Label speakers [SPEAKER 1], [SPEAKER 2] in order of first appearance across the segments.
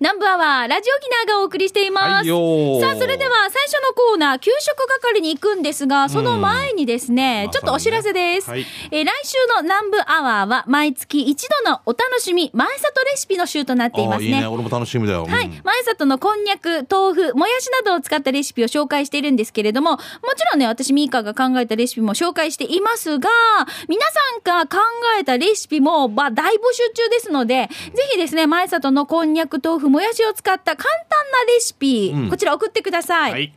[SPEAKER 1] 南部アワー、ラジオギナーがお送りしています。
[SPEAKER 2] はいよー
[SPEAKER 1] さあ、それでは最初のコーナー、給食係に行くんですが、その前にですね、
[SPEAKER 2] うん
[SPEAKER 1] ちょっとお知らせです。
[SPEAKER 2] まあそうね
[SPEAKER 1] えー来週の南部アワーは、毎月一度のお楽しみ、前里レシピの週となっています
[SPEAKER 2] あーいいね。俺も楽しみだよ。
[SPEAKER 1] はい、
[SPEAKER 2] うん
[SPEAKER 1] 前里のこんにゃく、豆腐、もやしなどを使ったレシピを紹介しているんですけれども、もちろんね、私、ミーカが考えたレシピも紹介していますが、皆さんが考えたレシピも、まあ、大募集中ですので、ぜひですね、前里のこんにゃく、豆腐、もやしを使った簡単なレシピ、
[SPEAKER 2] うん
[SPEAKER 1] こちら送ってください。
[SPEAKER 2] はい。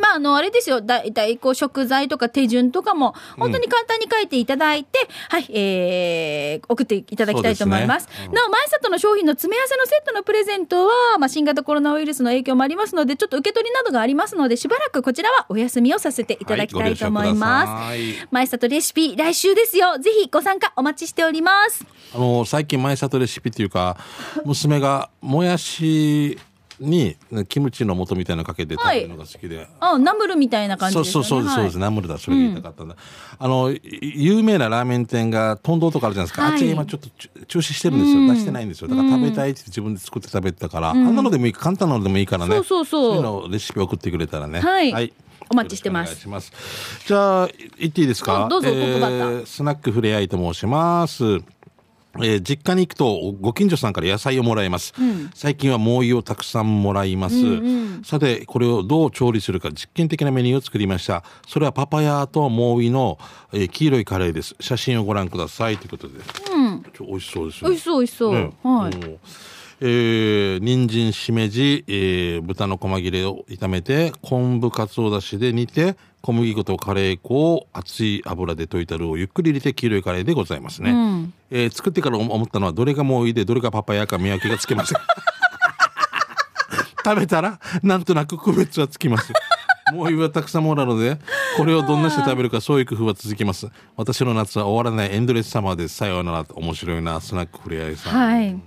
[SPEAKER 1] まあ、あの、あれですよ、だいたいこう、食材とか手順とかも、本当に簡単に書いていただいて、はい、えー、送っていただきたいと思います。
[SPEAKER 2] そうですねうん
[SPEAKER 1] なお、前里の商品の詰め合わせのセットのプレゼントは、まあ、新型コロナウイルスの影響もありますので、ちょっと受け取りなどがありますので、しばらくこちらはお休みをさせていただきたいと思います。
[SPEAKER 2] はいご了承くださ
[SPEAKER 1] 前里レシピ、来週ですよ。ぜひご参加お待ちしております。
[SPEAKER 2] あの最近前里レシピってい うか娘がもやしにキムチの素みたいなのかけて食べるのが好きで、
[SPEAKER 1] あ、ナムルみたいな感じ
[SPEAKER 2] そ
[SPEAKER 1] で
[SPEAKER 2] う
[SPEAKER 1] す
[SPEAKER 2] そ
[SPEAKER 1] よ
[SPEAKER 2] う
[SPEAKER 1] ね。
[SPEAKER 2] そうです、そうですナムルだそれが言いたかったんだ、あのい有名なラーメン店が豚丼とかあるじゃないですか、
[SPEAKER 1] はい
[SPEAKER 2] あっちは今ちょっと中中止してるんですよ、出してないんですよだから食べたいって自分で作って食べてたから、あんなのでもいい簡単なのでもいいからね
[SPEAKER 1] そうそうそう
[SPEAKER 2] いうのをレシピ送ってくれたらね
[SPEAKER 1] はいお待ちしてます
[SPEAKER 2] よろくお願いしますじゃあい行っていいですか
[SPEAKER 1] うんどうぞトップバッター
[SPEAKER 2] スナックふれあいと申しますえー実家に行くとご近所さんから野菜をもらいます、最近は猛威をたくさんもらいます、さてこれをどう調理するか実験的なメニューを作りましたそれはパパヤと猛威の、えー黄色いカレーです写真をご覧くださいということで、ちょ美味しそうですね
[SPEAKER 1] 美味しそう、美味しそう。
[SPEAKER 2] ね
[SPEAKER 1] はい。
[SPEAKER 2] うんえー人参しめじ、えー豚の細切れを炒めて昆布かつおだしで煮て小麦粉とカレー粉を熱い油で溶いたルーをゆっくり入れて黄色いカレーでございますね、えー作ってから思ったのはどれがもういいでどれがパパヤか見分けがつけません 食べたらなんとなく区別はつきますもういはたくさんもらうのでこれをどんなして食べるかそういう工夫は続きます私の夏は終わらないエンドレスサマーですさようなら面白いなスナックふれあいさん
[SPEAKER 1] はい。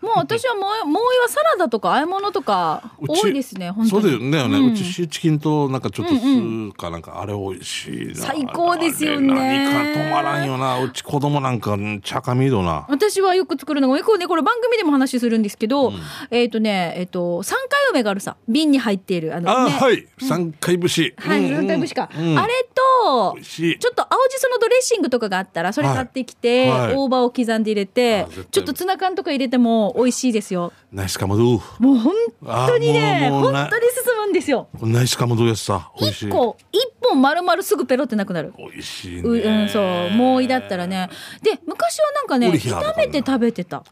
[SPEAKER 1] もう私はもう、もういはサラダとか和え物とか
[SPEAKER 2] うち
[SPEAKER 1] 多いですね、本当
[SPEAKER 2] そうだよ
[SPEAKER 1] に。
[SPEAKER 2] ね。うちシーチキンとなんかちょっとスーかなんかあれ美味しいな。
[SPEAKER 1] 最高ですよね
[SPEAKER 2] あれ何か止まらんよな。うち子供なんかうん茶かみどな。
[SPEAKER 1] 私はよく作るのが、よくね、これ番組でも話するんですけど、えっ、とね、えっ、と、三回梅があるさ、瓶に入っている、あの、
[SPEAKER 2] あ、
[SPEAKER 1] ね、
[SPEAKER 2] はい。三回節。
[SPEAKER 1] はい、
[SPEAKER 2] う
[SPEAKER 1] 三
[SPEAKER 2] ん
[SPEAKER 1] 回節か。
[SPEAKER 2] うん
[SPEAKER 1] あれと
[SPEAKER 2] 美味しい、
[SPEAKER 1] ちょっと青じそのドレッシングとかがあったら、それ買ってきて、
[SPEAKER 2] はいはい
[SPEAKER 1] 大葉を刻んで入れて
[SPEAKER 2] あ絶対、
[SPEAKER 1] ちょっとツナ缶とか入れても美味しいですよ。
[SPEAKER 2] ナイスカマドゥ。
[SPEAKER 1] もう本当に
[SPEAKER 2] あ
[SPEAKER 1] ね、
[SPEAKER 2] もうもう
[SPEAKER 1] 本
[SPEAKER 2] な
[SPEAKER 1] 当に進むんですよ。
[SPEAKER 2] ナイスカマドゥやつさ。美味し
[SPEAKER 1] 一
[SPEAKER 2] い。
[SPEAKER 1] 個、一本丸々すぐペロってなくなる。
[SPEAKER 2] 美味しいう
[SPEAKER 1] う
[SPEAKER 2] ね。
[SPEAKER 1] ん、そう、もういだったら。ね。で、昔はなんかね、
[SPEAKER 2] オリヒラだ
[SPEAKER 1] 炒
[SPEAKER 2] から
[SPEAKER 1] め
[SPEAKER 2] な
[SPEAKER 1] て食べてた。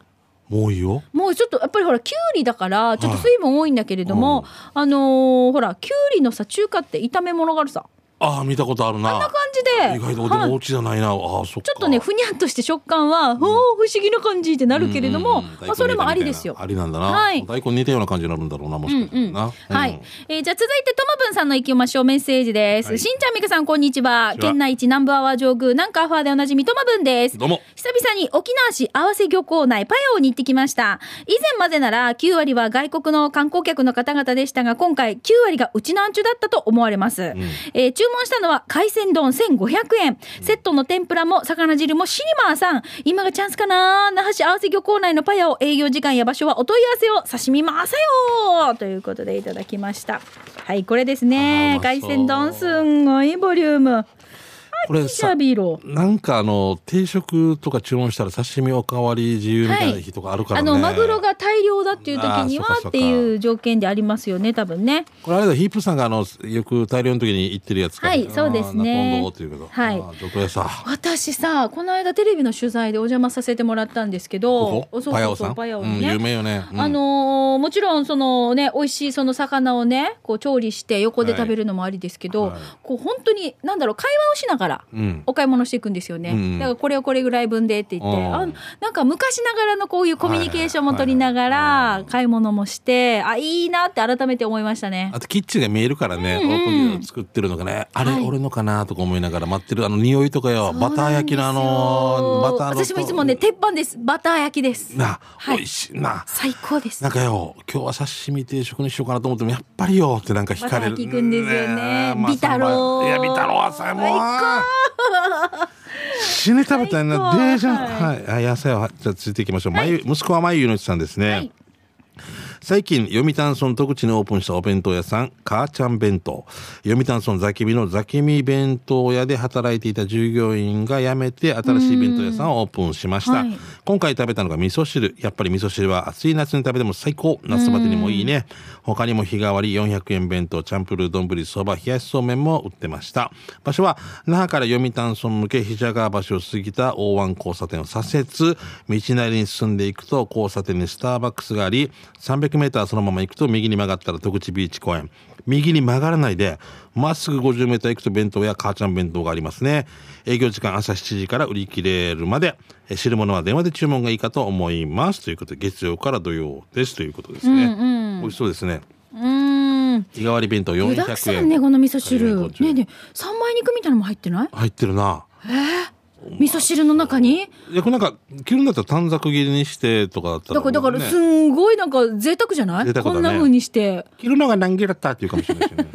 [SPEAKER 2] もういいよ。
[SPEAKER 1] もうちょっと、やっぱりほら、きゅうりだから、ちょっと水分多いんだけれども、あのーほら、きゅうりのさ、中華って炒め物があるさ。
[SPEAKER 2] ああ見たことあるな。あんな
[SPEAKER 1] 感じで
[SPEAKER 2] 意外と
[SPEAKER 1] はい
[SPEAKER 2] お家じゃないな。ああそっか。
[SPEAKER 1] ちょっとね、ふにゃっとして食感は、おー不思議な感じってなるけれども、
[SPEAKER 2] うんうんうん
[SPEAKER 1] まあ、それもありですよ。
[SPEAKER 2] ありなんだ
[SPEAKER 1] は。
[SPEAKER 2] ない大根似たような感じになるんだろうな。もしかしたらな。うん
[SPEAKER 1] はい。えーじゃあ続いて、ともぶんさんの行きましょう。メッセージです。
[SPEAKER 2] はい
[SPEAKER 1] しんちゃんみかさん、こんにちは。
[SPEAKER 2] こんにちは
[SPEAKER 1] 県内一南部アワー上宮、なんかアファーでおなじみ、ともぶんです。
[SPEAKER 2] どうも。
[SPEAKER 1] 久々に沖縄市合わせ漁港内パヤオに行ってきました。以前までなら9割は外国の観光客の方々でしたが、今回9割がうちのアンチュだったと思われます。えー注文したのは海鮮丼1500円。セットの天ぷらも魚汁もシニマーさん。今がチャンスかな那覇市合わせ漁港内のパヤオ営業時間や場所はお問い合わせを刺身まさよということでいただきました。はい、これですね。
[SPEAKER 2] あーうまそう
[SPEAKER 1] 海鮮丼すんごいボリューム。
[SPEAKER 2] これ
[SPEAKER 1] シャビロ。
[SPEAKER 2] なんかあの定食とか注文したら刺身おかわり自由みたいな日とかあるからね、
[SPEAKER 1] あのマグロが大量だっていう時に
[SPEAKER 2] あーそっか
[SPEAKER 1] は
[SPEAKER 2] そっか
[SPEAKER 1] っていう条件でありますよね多分ね
[SPEAKER 2] これあれだヒープさんがあのよく大量の時に行ってるやつか
[SPEAKER 1] はいそうですね
[SPEAKER 2] あーナコンドということ
[SPEAKER 1] はい
[SPEAKER 2] あーどこやさ
[SPEAKER 1] 私さこの間テレビの取材でお邪魔させてもらったんですけど
[SPEAKER 2] ここ
[SPEAKER 1] そうそうそう
[SPEAKER 2] パヤオさん
[SPEAKER 1] パヤオ
[SPEAKER 2] うん
[SPEAKER 1] にね、
[SPEAKER 2] 有名よね、うん
[SPEAKER 1] あのーもちろんそのね美味しいその魚をねこう調理して横で食べるのもありですけど、
[SPEAKER 2] はいはい
[SPEAKER 1] こう本当になんだろう会話をしながら
[SPEAKER 2] うん
[SPEAKER 1] お買い物していくんですよね、
[SPEAKER 2] うん
[SPEAKER 1] だからこれをこれぐらい分でって言って、
[SPEAKER 2] うん
[SPEAKER 1] あなんか昔ながらのこういうコミュニケーションも取りなが
[SPEAKER 2] はいはいはいは
[SPEAKER 1] ら
[SPEAKER 2] い
[SPEAKER 1] 買い物もしてあいいなって改めて思いましたね
[SPEAKER 2] あとキッチンが見えるからね、
[SPEAKER 1] うんうん
[SPEAKER 2] オープンで作ってるのがねあれ
[SPEAKER 1] はい
[SPEAKER 2] 俺のかなとか思いながら待ってるあの匂いとかよ
[SPEAKER 1] そうなん
[SPEAKER 2] バター焼きのあのバターの
[SPEAKER 1] ですよ私もいつもね鉄板ですバター焼きです
[SPEAKER 2] な、
[SPEAKER 1] はい
[SPEAKER 2] 美味しいな
[SPEAKER 1] 最高です
[SPEAKER 2] なんかよ、今日は刺身定食にしようかなと思っても、やっぱりよってなんか惹かれる。
[SPEAKER 1] また聞くんですよね
[SPEAKER 2] え
[SPEAKER 1] ビタロー
[SPEAKER 2] まあいや、ビタローはさ、もう。死に食べたいな。
[SPEAKER 1] 最高
[SPEAKER 2] でじゃん。
[SPEAKER 1] は
[SPEAKER 2] はい。あ野菜は、じゃあ続いていきましょう。まゆ息子はまゆゆのちさんですね。
[SPEAKER 1] はい
[SPEAKER 2] 最近、読谷村戸口にオープンしたお弁当屋さん、母ちゃん弁当。読谷村ザキミのザキミ弁当屋で働いていた従業員が辞めて、新しい弁当屋さんをオープンしました。
[SPEAKER 1] はい
[SPEAKER 2] 今回食べたのが味噌汁。やっぱり味噌汁は暑い夏に食べても最高。夏バテにもいいね。他にも日替わり400円弁当、チャンプルー丼、そば、冷やしそうめんも売ってました。場所は、那覇から読谷村向け、肘川橋を過ぎた大湾交差点を左折、道なりに進んでいくと交差点にスターバックスがあり、300メーターそのまま行くと右に曲がったら戸口ビーチ公園。右に曲がらないで、まっすぐ50メーター行くと弁当や母ちゃん弁当がありますね。営業時間朝7時から売り切れるまで、え汁物は電話で注文がいいかと思います。ということで、月曜から土曜ですということですね。美味しそうですね。
[SPEAKER 1] うん。
[SPEAKER 2] 日替わり弁当
[SPEAKER 1] 具沢
[SPEAKER 2] 400
[SPEAKER 1] 山
[SPEAKER 2] 円。
[SPEAKER 1] ね、この味噌汁。ね
[SPEAKER 2] 450
[SPEAKER 1] えねえ、三枚肉みたいなのも入ってない
[SPEAKER 2] 入ってるな。
[SPEAKER 1] 味噌汁の中に
[SPEAKER 2] いや、これなんか、切るんだったら短冊切りにしてとかだった
[SPEAKER 1] だ
[SPEAKER 2] ら、
[SPEAKER 1] から、だから、す
[SPEAKER 2] ね
[SPEAKER 1] んごいなんか贅沢じゃない、
[SPEAKER 2] 贅沢だね
[SPEAKER 1] こんな風にして。
[SPEAKER 2] 切るのが難儀だったっていうかもしれな いしね。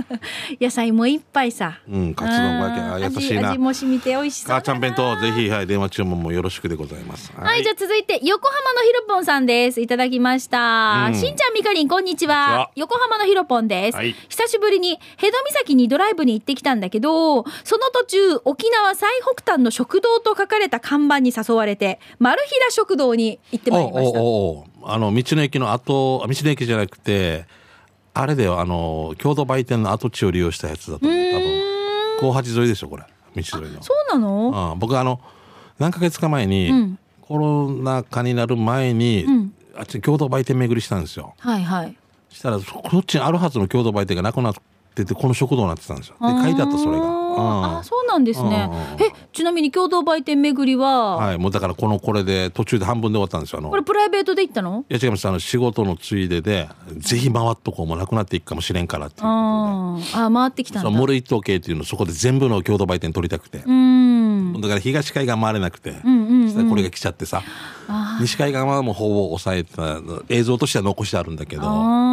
[SPEAKER 1] 野菜もいっぱいさ。
[SPEAKER 2] うんカツ丼500円
[SPEAKER 1] あー
[SPEAKER 2] あ優
[SPEAKER 1] 味
[SPEAKER 2] しいな
[SPEAKER 1] 味も染みて美味しそうだな。
[SPEAKER 2] 母ちゃん弁当、ぜひ、はい、電話注文もよろしくでございます。
[SPEAKER 1] はい、じゃあ続いて、横浜のひろぽんさんです。いただきました。
[SPEAKER 2] うん
[SPEAKER 1] しんちゃん、みかりん、こんにち
[SPEAKER 2] こんにち
[SPEAKER 1] は
[SPEAKER 2] は。
[SPEAKER 1] 横浜のひろぽんです。
[SPEAKER 2] はい
[SPEAKER 1] 久しぶりに、ヘド岬にドライブに行ってきたんだけど、その途中、沖縄最北端の食堂と書かれた看板に誘われて、丸平食堂に行ってまいりました。
[SPEAKER 2] おうおうおうあの、道の駅の後、あ道の駅じゃなくて、あれだよ、あの、共同売店の跡地を利用したやつだと思う。多分、後八沿いでしょ、これ。道沿いの。
[SPEAKER 1] そうなの
[SPEAKER 2] あ僕あの何ヶ月か前に、
[SPEAKER 1] ん
[SPEAKER 2] コロナ禍になる前に、あっち共同売店巡りしたんですよ
[SPEAKER 1] はいはい。
[SPEAKER 2] したらそこっちにあるはずの共同売店がなくなっててこの食堂になってたんですよで書いてあったそれが、
[SPEAKER 1] あー
[SPEAKER 2] うん
[SPEAKER 1] あ、そうなんですね
[SPEAKER 2] う。ん
[SPEAKER 1] え、ちなみに共同売店巡りは、
[SPEAKER 2] はい、もうだからこのこれで途中で半分で終わったんですよあの
[SPEAKER 1] これプライベートで行ったの
[SPEAKER 2] いや違いますあの仕事のついででぜひ回っとこうもうなくなっていくかもしれんからっていうこ
[SPEAKER 1] あーあー、回ってき
[SPEAKER 2] と
[SPEAKER 1] た
[SPEAKER 2] で
[SPEAKER 1] ん
[SPEAKER 2] そ
[SPEAKER 1] だ。
[SPEAKER 2] う森一等系っていうのそこで全部の共同売店取りたくて、
[SPEAKER 1] うん。
[SPEAKER 2] だから東海岸回れなくて、そしたらこれが来ちゃってさ西海岸はもうほぼ抑えてた映像としては残してあるんだけど
[SPEAKER 1] あ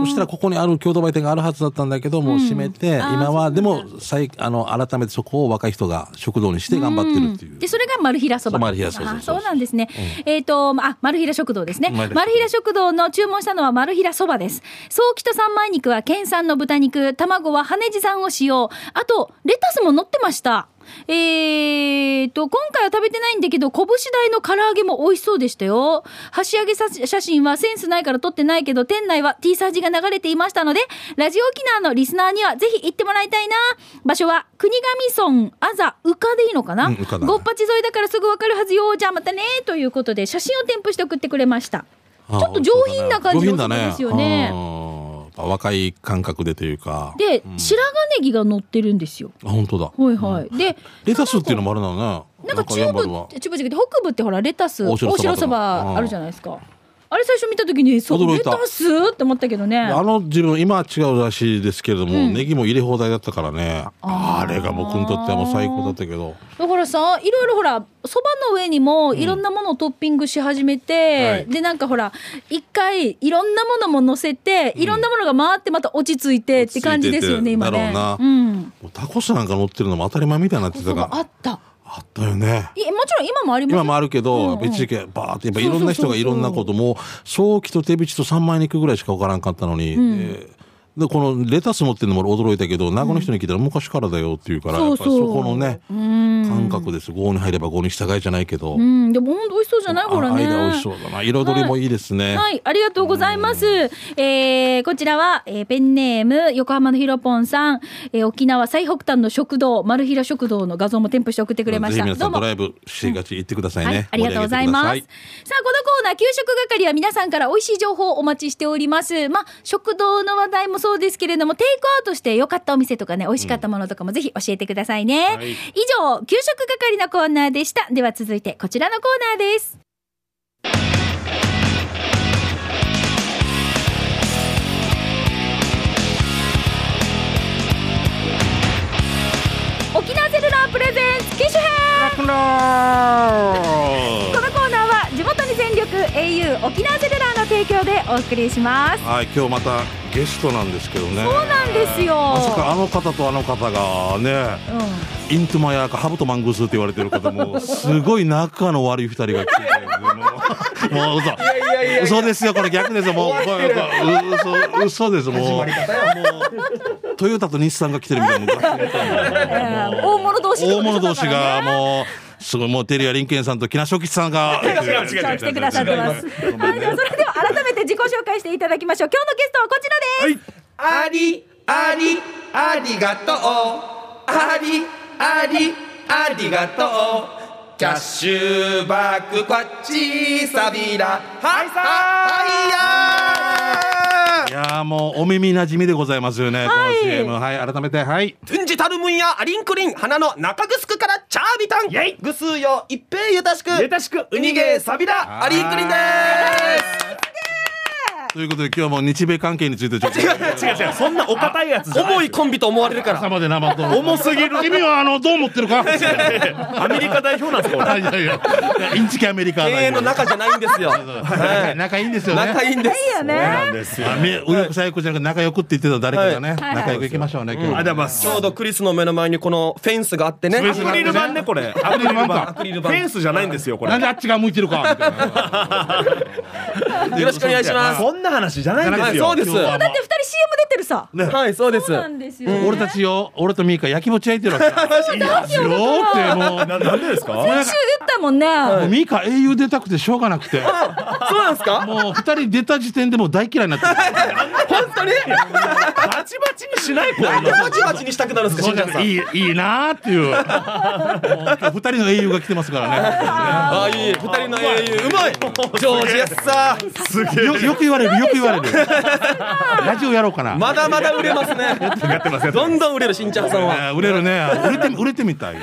[SPEAKER 2] そしたらここにある共同売店があるはずだったんだけどもう閉めて、今はでも再あの改めてそこを若い人が食堂にして頑張ってるっていう
[SPEAKER 1] ー。でそれが丸平そば
[SPEAKER 2] そう丸平そうそう
[SPEAKER 1] あーそうなんですね、えっ、とあ丸平食堂ですね
[SPEAKER 2] 丸
[SPEAKER 1] 丸
[SPEAKER 2] 平
[SPEAKER 1] 平食堂の注文したのは丸平そばです早期と三枚肉は県産の豚肉卵は羽地産を使用あとレタスも乗ってましたえー、と今回は食べてないんだけど拳大の唐揚げも美味しそうでしたよ箸上げさ写真はセンスないから撮ってないけど店内は T サージが流れていましたのでラジオ沖縄のリスナーにはぜひ行ってもらいたいな場所は国頭村あざうかでいいのかな、
[SPEAKER 2] うんうかだね
[SPEAKER 1] ごっぱち沿いだからすぐわかるはずよじゃあまたねということで写真を添付して送ってくれましたちょっと上品な感じのお
[SPEAKER 2] 上
[SPEAKER 1] そば
[SPEAKER 2] 品だ
[SPEAKER 1] ですよね
[SPEAKER 2] うんやっぱ若い感覚でというか
[SPEAKER 1] で、白髪ネギが乗ってるんですよ
[SPEAKER 2] あ本当だ
[SPEAKER 1] はいはい、で
[SPEAKER 2] レタスっていうのもあるな
[SPEAKER 1] な
[SPEAKER 2] のね
[SPEAKER 1] んか中部、
[SPEAKER 2] 頑張るわ
[SPEAKER 1] 中部じゃなくて北部ってほらレタス、大
[SPEAKER 2] 大城そばとか
[SPEAKER 1] 城そばあるじゃないですか。あれ最初見た時に、そう
[SPEAKER 2] 驚
[SPEAKER 1] レ
[SPEAKER 2] いた
[SPEAKER 1] タスって思ったけどね。
[SPEAKER 2] あの自分今は違うらしいですけれども、ネギも入れ放題だったからねあれが僕にとってはもう最高だったけど
[SPEAKER 1] だからさ、いろいろほら、そばの上にもいろんなものをトッピングし始めて、
[SPEAKER 2] はい
[SPEAKER 1] でなんかほら、一回いろんなものも乗せて、いろんなものが回ってまた落ち着いてって感じですよね、今
[SPEAKER 2] 落ち着いてて
[SPEAKER 1] ね。
[SPEAKER 2] だろうな
[SPEAKER 1] うん。
[SPEAKER 2] もうタコスなんか乗ってるのも当たり前みたいになって
[SPEAKER 1] そ
[SPEAKER 2] た
[SPEAKER 1] ば
[SPEAKER 2] か
[SPEAKER 1] あ
[SPEAKER 2] ら
[SPEAKER 1] った。
[SPEAKER 2] あったよね
[SPEAKER 1] いもちろん今もありますよ
[SPEAKER 2] 今もあるけ
[SPEAKER 1] うんうん
[SPEAKER 2] ど、やっぱ一時期バーってやっぱいろんな人がいろんなこともう早期と手引きと3枚肉ぐらいしか分からんかったのに、ででこのレタス持ってるのも俺驚いたけど名護の人に聞いたら昔からだよっていうから、
[SPEAKER 1] そ
[SPEAKER 2] や
[SPEAKER 1] う
[SPEAKER 2] っ
[SPEAKER 1] そ
[SPEAKER 2] ぱ
[SPEAKER 1] う
[SPEAKER 2] りそこのね
[SPEAKER 1] うん
[SPEAKER 2] 感覚です郷に入れば郷に従いじゃないけど、
[SPEAKER 1] うん、でも本当美味しそうじゃない、ほら
[SPEAKER 2] あ
[SPEAKER 1] ね。
[SPEAKER 2] 愛が美味しそうだな彩りもいいですね、
[SPEAKER 1] はい、ありがとうございます。えー、こちらは、えーペンネーム、横浜のひろぽんさん、えー沖縄最北端の食堂、丸平食堂の画像も添付して送ってくれまし
[SPEAKER 2] ぜひ
[SPEAKER 1] た。
[SPEAKER 2] 皆
[SPEAKER 1] ど
[SPEAKER 2] さ
[SPEAKER 1] うんも
[SPEAKER 2] ド。ライブしがち行ってくださいね、
[SPEAKER 1] はい、ありがとうございます。さあ、こ
[SPEAKER 2] 盛り上げ
[SPEAKER 1] の
[SPEAKER 2] てくだ
[SPEAKER 1] コーナー、給食係は皆さんから美味しい情報をお待ちしております。まあ、食堂の話題もそうですけれども、テイクアウトして良かったお店とかね、美味しかったものとかもぜひ教えてくださいね。
[SPEAKER 2] はい
[SPEAKER 1] 以上、給食係のコーナーでした。では続いて、こちらのコーナーです。沖縄セルラープレゼンツ機種編このコーナーは地元に全力 au 沖縄セルラーの提供でお送りします
[SPEAKER 2] はい、今日またゲストなんですけどね。
[SPEAKER 1] そうなんですよ
[SPEAKER 2] まさかあの方とあの方がね、
[SPEAKER 1] う
[SPEAKER 2] イントゥマヤーかハブとマングースって言われてる方も、すごい仲の悪い二人が来て、もうもう嘘。嘘ですよ、これ逆ですよ。もう、これこれ嘘、嘘です、もう。もう、トヨタと日産が来てるみたいなもうガチで
[SPEAKER 1] やー大物同士ってことでしょ
[SPEAKER 2] 大物同士が
[SPEAKER 1] だからね
[SPEAKER 2] もう、すごい、もう、テリア・リンケンさんと木梨沖さんが、
[SPEAKER 3] 違う違う違
[SPEAKER 1] 来
[SPEAKER 3] う
[SPEAKER 1] てくださってます。はい、ではそれでは改めて自己紹介していただきましょう。今日のゲストはこちらです。
[SPEAKER 3] ありありありがとうありありありがとうキャッシュバックこっちサビラはいさはい
[SPEAKER 2] いやーもう、お耳なじみでございますよ
[SPEAKER 1] は
[SPEAKER 2] ね、
[SPEAKER 1] い
[SPEAKER 2] この CM。はい、改めて、はい。
[SPEAKER 3] やうんじたるむんやありんくりん花の中ぐすくからチャービタン
[SPEAKER 4] イェイ
[SPEAKER 3] ぐすうよいっぺいゆたしく
[SPEAKER 4] ゆたしく
[SPEAKER 3] うにげサビラありんくりんで
[SPEAKER 2] ということで、今日はもう日米関係についてちょっと。
[SPEAKER 4] 違う違う、そんなお堅いやつじ
[SPEAKER 3] す
[SPEAKER 4] ゃない。
[SPEAKER 3] 重いコンビと思われるから
[SPEAKER 2] まで生と。重すぎる。君は、あの、どう思ってるか い
[SPEAKER 4] アメリカ代表なんですか、俺。
[SPEAKER 2] やいやいや、インチキアメリカ
[SPEAKER 3] 永遠の仲じゃないんです よ
[SPEAKER 2] 仲仲いいんですよね。
[SPEAKER 3] 仲いいんです
[SPEAKER 1] いいよね。
[SPEAKER 4] です
[SPEAKER 2] あめ右翼左翼じゃなくて仲良くって言ってた誰かがね、
[SPEAKER 1] はい
[SPEAKER 2] 仲良く行きましょうね、今
[SPEAKER 4] あ
[SPEAKER 2] 日。
[SPEAKER 4] だま
[SPEAKER 3] ち
[SPEAKER 4] す。
[SPEAKER 3] ょうどクリスの目の前にこのフェンスがあってね。
[SPEAKER 4] アクリル板ね、これ。 アクリル板か。
[SPEAKER 3] クリル
[SPEAKER 4] フ
[SPEAKER 3] 板
[SPEAKER 4] ェンスじゃないんですよ、これ。
[SPEAKER 2] なんであっちが向いてるかみたいな。
[SPEAKER 3] よろしくお願いします。
[SPEAKER 4] そんな話じゃないんですよ。
[SPEAKER 3] はいそうです
[SPEAKER 2] 今日はも
[SPEAKER 1] だって二人 CM 出てるさ。
[SPEAKER 3] はい、そうです。
[SPEAKER 1] そうなんですよね。
[SPEAKER 2] 俺たちよ、俺とミーカ焼きもち焼いてるわけだ。いやしようってもう、
[SPEAKER 4] ななんでですか
[SPEAKER 1] 先週言ったもんね。
[SPEAKER 2] もうミーカ英雄出たくてしょうがなくて、
[SPEAKER 3] そうなんですか
[SPEAKER 2] もう二人出た時点でもう大嫌いになってる。
[SPEAKER 3] 本当に
[SPEAKER 4] バチバチにしないこ
[SPEAKER 3] なんで
[SPEAKER 4] れ。
[SPEAKER 3] バチバチにしたくなるんです
[SPEAKER 2] そ
[SPEAKER 3] か、
[SPEAKER 2] うじ
[SPEAKER 3] 新
[SPEAKER 2] ゃ
[SPEAKER 3] ち
[SPEAKER 2] な
[SPEAKER 3] さ
[SPEAKER 2] い
[SPEAKER 3] ん。
[SPEAKER 2] いい、いいなーっていう。もう今日二人の英雄が来てますから
[SPEAKER 3] ああ、いい。二人の英雄、うまいジョージやっさ
[SPEAKER 4] すげ
[SPEAKER 2] ね。よ、よく言われる、よく言われる。ラジオやろうかな。
[SPEAKER 3] まだまだ売れますね。どんどん売れる、新ちゃんさんは。
[SPEAKER 2] えー売れるね。売れて、売れてみたい。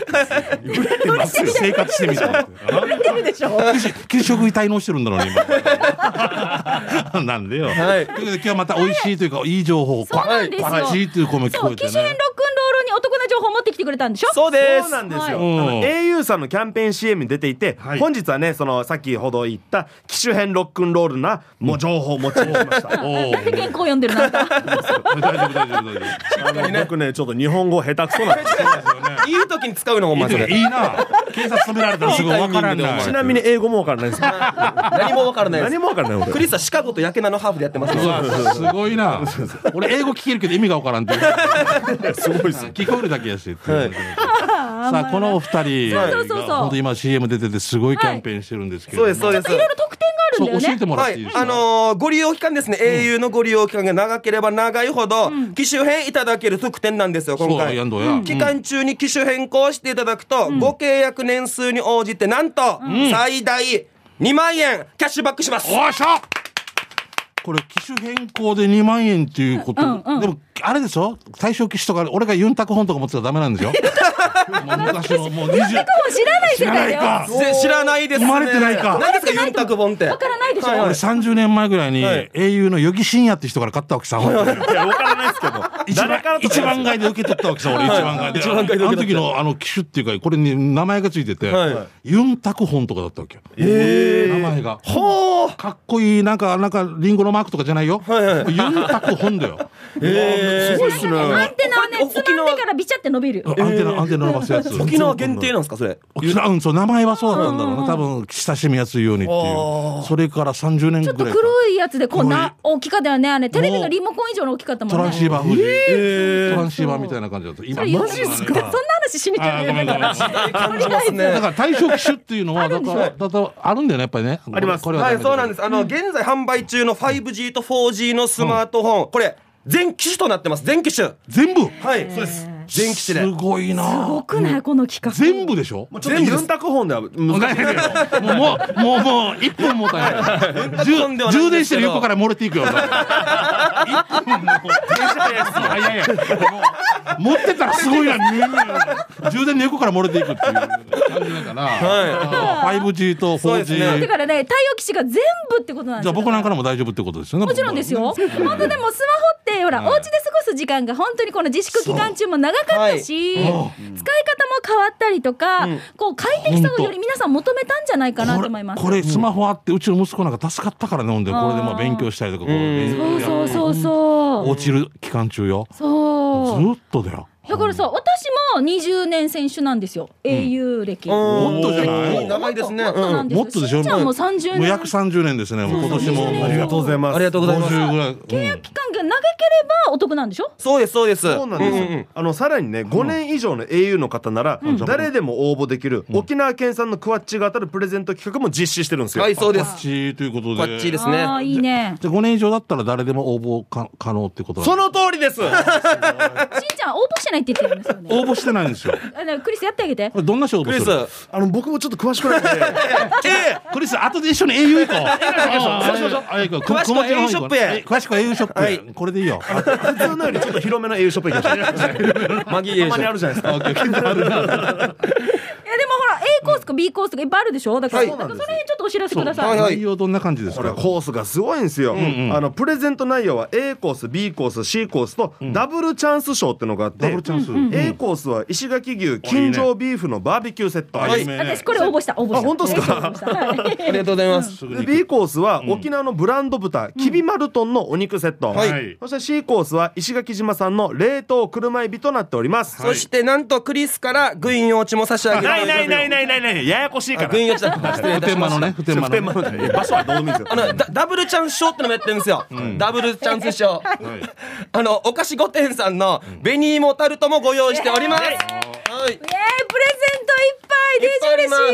[SPEAKER 2] 生活してみたい。
[SPEAKER 1] 売れてるでしょ。
[SPEAKER 2] 給食に滞納してるんだろうね、今。なんでよ。
[SPEAKER 3] はい
[SPEAKER 2] ということで今日はまた美味しいというか、いい情報、
[SPEAKER 1] そうなんですよ
[SPEAKER 2] バチっていう声も聞
[SPEAKER 1] そ
[SPEAKER 2] こ
[SPEAKER 1] う、
[SPEAKER 2] え
[SPEAKER 1] 機
[SPEAKER 2] て
[SPEAKER 1] 種変ロ
[SPEAKER 2] ね
[SPEAKER 1] ッ。クンロールにお得な情報持ってきてくれたんでしょ
[SPEAKER 3] そうで
[SPEAKER 4] そう
[SPEAKER 3] す。
[SPEAKER 4] なんですよ、
[SPEAKER 2] はい
[SPEAKER 4] あの au さんのキャンペーン CM に出ていて、
[SPEAKER 2] はい
[SPEAKER 4] 本日はねその先ほど言った機種編ロックンロールなもう情報を持ち込みまし た、
[SPEAKER 2] おお。
[SPEAKER 1] なんで原稿読んでるの あんた
[SPEAKER 2] 大丈夫、大丈夫、大丈
[SPEAKER 4] あの僕ねちょっと日本語下手くそなん ですよ
[SPEAKER 3] いい時に使うのも、お前そ
[SPEAKER 2] 夫。い
[SPEAKER 3] れ。
[SPEAKER 2] いな。警察止められたらすごいわからん
[SPEAKER 3] いいタイミングでお
[SPEAKER 2] な。
[SPEAKER 3] 前
[SPEAKER 4] ちなみに英語もわからないです
[SPEAKER 3] 何もわからない
[SPEAKER 4] 何
[SPEAKER 3] です。
[SPEAKER 4] もわからない
[SPEAKER 3] ク
[SPEAKER 4] 俺
[SPEAKER 3] リスはシカゴとヤケナのハーフでやってますね。
[SPEAKER 2] うわすごいな。俺英語聞けるけど意味がわからんっていう。
[SPEAKER 4] すごいっす
[SPEAKER 2] 聞こえるだけやしっていう。 さあ、このお二人。
[SPEAKER 1] そうそうそうそう
[SPEAKER 2] 本当今 CM 出ててすごいキャンペーンしてるんですけど。
[SPEAKER 4] そうですそう
[SPEAKER 1] ちょ
[SPEAKER 4] で
[SPEAKER 1] っ
[SPEAKER 4] す
[SPEAKER 1] といろいろ特典がある
[SPEAKER 2] そ
[SPEAKER 1] ん
[SPEAKER 2] う
[SPEAKER 1] だよ
[SPEAKER 2] 教え
[SPEAKER 1] ね
[SPEAKER 2] て。もら
[SPEAKER 3] は
[SPEAKER 2] っていい
[SPEAKER 3] い
[SPEAKER 2] で、すか
[SPEAKER 3] あのーご利用期間ですね、au のご利用期間が長ければ長いほど、機種変いただける特典なんですよ、今
[SPEAKER 2] そう、
[SPEAKER 3] 回。
[SPEAKER 2] やんどや。うん
[SPEAKER 3] 期間中に機種変更していただくと、ご契約年数に応じて、なんと、最大2万円キャッシュバックします。
[SPEAKER 2] おっしゃこれ機種変更で2万円っていうこと、でもあれでしょ対象機種とか俺がユンタク本とか持ってたらダメなんでしょもう昔のも
[SPEAKER 1] も
[SPEAKER 2] う20
[SPEAKER 1] う知らない
[SPEAKER 2] 知
[SPEAKER 1] 世
[SPEAKER 2] らな
[SPEAKER 1] 界
[SPEAKER 2] い
[SPEAKER 1] だよ。
[SPEAKER 2] か
[SPEAKER 3] ぜ知らないですね。
[SPEAKER 2] 生まれてないか
[SPEAKER 3] 何ですか、ユンタク本って。
[SPEAKER 1] わからないでしょ
[SPEAKER 3] はは
[SPEAKER 2] 俺30年前ぐらいに
[SPEAKER 3] はい
[SPEAKER 2] 英雄の余木真也って人から買ったわけさ、本当に
[SPEAKER 4] いやわからないですけど
[SPEAKER 2] 一
[SPEAKER 4] 誰から
[SPEAKER 2] 番
[SPEAKER 4] とか
[SPEAKER 2] 一
[SPEAKER 4] 言わない
[SPEAKER 2] 番買いで受け取ったわけさ、俺一番買いで。
[SPEAKER 3] 一番買いで
[SPEAKER 2] あの
[SPEAKER 3] 受け取
[SPEAKER 2] 時
[SPEAKER 3] った
[SPEAKER 2] のあの機種っていうか、これに名前がついてて、
[SPEAKER 3] は
[SPEAKER 2] ユンタク本とかだったわけよ。名前が。
[SPEAKER 3] ほー
[SPEAKER 2] かっこいい、なんか、なんか、リンゴのマークとかじゃないよ。ユンタク本だよ。
[SPEAKER 4] すごいっすね
[SPEAKER 1] アンテナはね、
[SPEAKER 3] お
[SPEAKER 1] つまんでからビチャって伸びる。
[SPEAKER 2] アンテナ、アンテナ伸ばすやつ。
[SPEAKER 3] 沖縄限定なんですか、それ。
[SPEAKER 2] 沖縄、うん、そう、名前はそうだったんだろうな。多分、親しみやすいようにっていう。それから30年
[SPEAKER 1] ちょっ
[SPEAKER 2] ぐ
[SPEAKER 1] と
[SPEAKER 2] らいか。
[SPEAKER 1] 黒いやつで、こんな大きかったよね。あれ、テレビのリモコン以上の大きかったも
[SPEAKER 2] ト
[SPEAKER 1] ん
[SPEAKER 2] ランシ
[SPEAKER 1] ね。
[SPEAKER 2] ーバー風に。トランシーバーみたいな感じだった。今、
[SPEAKER 1] マジっすかそんな話しに来
[SPEAKER 2] あーごめんごめん。だ か
[SPEAKER 3] 感じますね。
[SPEAKER 2] ら対象機種っていうのは、だから、だと、あるんだよね、やっぱりね。
[SPEAKER 4] あります
[SPEAKER 2] これは
[SPEAKER 3] は
[SPEAKER 2] ダ
[SPEAKER 3] い、
[SPEAKER 2] メだけど
[SPEAKER 3] そうなんです。あの、現在販売中の 5G と 4G のスマートフォン、これ、全機種となってます、全機種。
[SPEAKER 2] 全部
[SPEAKER 3] はい、そうです。全機
[SPEAKER 2] す
[SPEAKER 3] 種で。
[SPEAKER 2] ごいな
[SPEAKER 1] 多くないこの企画。
[SPEAKER 2] 全部でしょ
[SPEAKER 4] もうちょっとユンタク本では難しいけど
[SPEAKER 2] もう、もう、もう、もう、一本もたない。充
[SPEAKER 3] 本ではないんですけど
[SPEAKER 2] 充電してる横から漏れていくよ。一本もう、電車でやつ。いやいや、もう持ってたらすごいな。充電の横から漏れていくっていう感じだから。はい。5G と
[SPEAKER 3] そうですね
[SPEAKER 1] だ
[SPEAKER 2] 4G。
[SPEAKER 1] からね、太陽騎士が全部ってことなんです
[SPEAKER 2] じゃ
[SPEAKER 1] よ。
[SPEAKER 2] あ僕なんかでも大丈夫ってことですよね。
[SPEAKER 1] もちろんですよ。本当でもスマホってほら、お家で過ごす時間が本当にこの自粛期間中も長かったし、使い方も変わったりとか、こう快適さをより皆さん求めたんじゃないかなと思います。
[SPEAKER 2] これこれスマホあってうちの息子なんか助かったからねほんでこれでまあ勉強したりとかこう勉強
[SPEAKER 1] そうそうそうそ
[SPEAKER 2] 落ちる期間中よ
[SPEAKER 1] う。
[SPEAKER 2] ず
[SPEAKER 1] そう。
[SPEAKER 2] ーっとだよ
[SPEAKER 1] だからさ、私も20年選手なんですよ。au 歴。
[SPEAKER 2] もっとじゃない
[SPEAKER 5] い長いですね。
[SPEAKER 1] もっと
[SPEAKER 5] う
[SPEAKER 1] なんん
[SPEAKER 2] もっ
[SPEAKER 1] で
[SPEAKER 2] と
[SPEAKER 1] す
[SPEAKER 2] で
[SPEAKER 1] よ。しん
[SPEAKER 2] しょ
[SPEAKER 1] ちゃんも30年。
[SPEAKER 2] もう約30年ですねもう今年も
[SPEAKER 4] ありがとうございます
[SPEAKER 5] ありがとうございます。
[SPEAKER 2] 50ぐらい、
[SPEAKER 1] 契約期間が長ければお得なんでしょ
[SPEAKER 5] そうですそうです。
[SPEAKER 4] そうなんですよ、
[SPEAKER 5] んんん
[SPEAKER 4] あのさらにね5年以上の au の方なら、誰でも応募できる、沖縄県産のクワッチが当たるプレゼント企画も実施してるんですよ、
[SPEAKER 5] はいそうで
[SPEAKER 2] バッ
[SPEAKER 5] す。
[SPEAKER 2] チリということで
[SPEAKER 5] こっちです
[SPEAKER 1] ああ、
[SPEAKER 5] ね。
[SPEAKER 1] いいね。
[SPEAKER 2] じゃあ5年以上だったら誰でも応募か可能ってことなん
[SPEAKER 4] その通りです
[SPEAKER 1] しんちゃん応募してないって言ってるんですよね。
[SPEAKER 2] 応募してないんですよ
[SPEAKER 1] あのクリスやってあげて
[SPEAKER 2] こ。れどんな仕事
[SPEAKER 5] クリ
[SPEAKER 2] す
[SPEAKER 5] ス、
[SPEAKER 2] る
[SPEAKER 5] は
[SPEAKER 4] あの僕もちょっと詳しくないので
[SPEAKER 2] ええクリス後で一緒に au 行こうそうしましょう
[SPEAKER 5] 詳しくは au ショップへ
[SPEAKER 2] 詳しくは au ショップへこれでいいよあ
[SPEAKER 4] 普通のよりちょっと広めの au ショップ行きました
[SPEAKER 5] マギー
[SPEAKER 4] たまにあ
[SPEAKER 5] エ
[SPEAKER 4] るじゃないですか
[SPEAKER 1] いやでもほら A コースとか B コースとかいっぱいあるでしょ。だから、
[SPEAKER 5] は
[SPEAKER 1] なん
[SPEAKER 5] い
[SPEAKER 1] かその辺ちょっとお知らせください。
[SPEAKER 5] はいはい
[SPEAKER 2] 内容どんな感じです
[SPEAKER 4] これ
[SPEAKER 2] か
[SPEAKER 4] コースがすごいんですよ、あのプレゼント内容は A コース B コース C コースとダブルチャンス賞ってのがあって
[SPEAKER 2] ダブルチャンス、
[SPEAKER 4] A コースは石垣牛金城ビーフのバーベキューセット、
[SPEAKER 2] あいいね
[SPEAKER 1] 私これ応募した応募した。
[SPEAKER 4] あ本当です
[SPEAKER 1] 応
[SPEAKER 4] か
[SPEAKER 1] 募 したはい
[SPEAKER 5] ありがとうございます。
[SPEAKER 2] すぐ
[SPEAKER 4] で
[SPEAKER 2] に
[SPEAKER 4] B コースは沖縄のブランド豚、きびマルトンのお肉セット、
[SPEAKER 5] はい
[SPEAKER 4] そして C コースは石垣島産の冷凍車エビとなっております、
[SPEAKER 5] そしてなんとクリスから軍用地も差し上げ。
[SPEAKER 4] ないないないいないないないややこしいか
[SPEAKER 5] あ
[SPEAKER 4] ら
[SPEAKER 5] 軍用地だ。失礼い
[SPEAKER 2] 普
[SPEAKER 5] たし
[SPEAKER 2] 天
[SPEAKER 5] ま
[SPEAKER 2] 間
[SPEAKER 5] し
[SPEAKER 2] の
[SPEAKER 5] た
[SPEAKER 2] ね。普天間のね
[SPEAKER 4] いや場所はどうでもいいですよ
[SPEAKER 5] あのダダブルチャンス賞ってのもやってるんですよ、ダブルチャンス賞、あのお菓子御殿さんの紅芋タルトもご用意しております、はい
[SPEAKER 1] えー、プレゼントいっぱいで
[SPEAKER 5] いっぱいあり
[SPEAKER 1] 嬉
[SPEAKER 5] ま
[SPEAKER 2] こ
[SPEAKER 1] しい。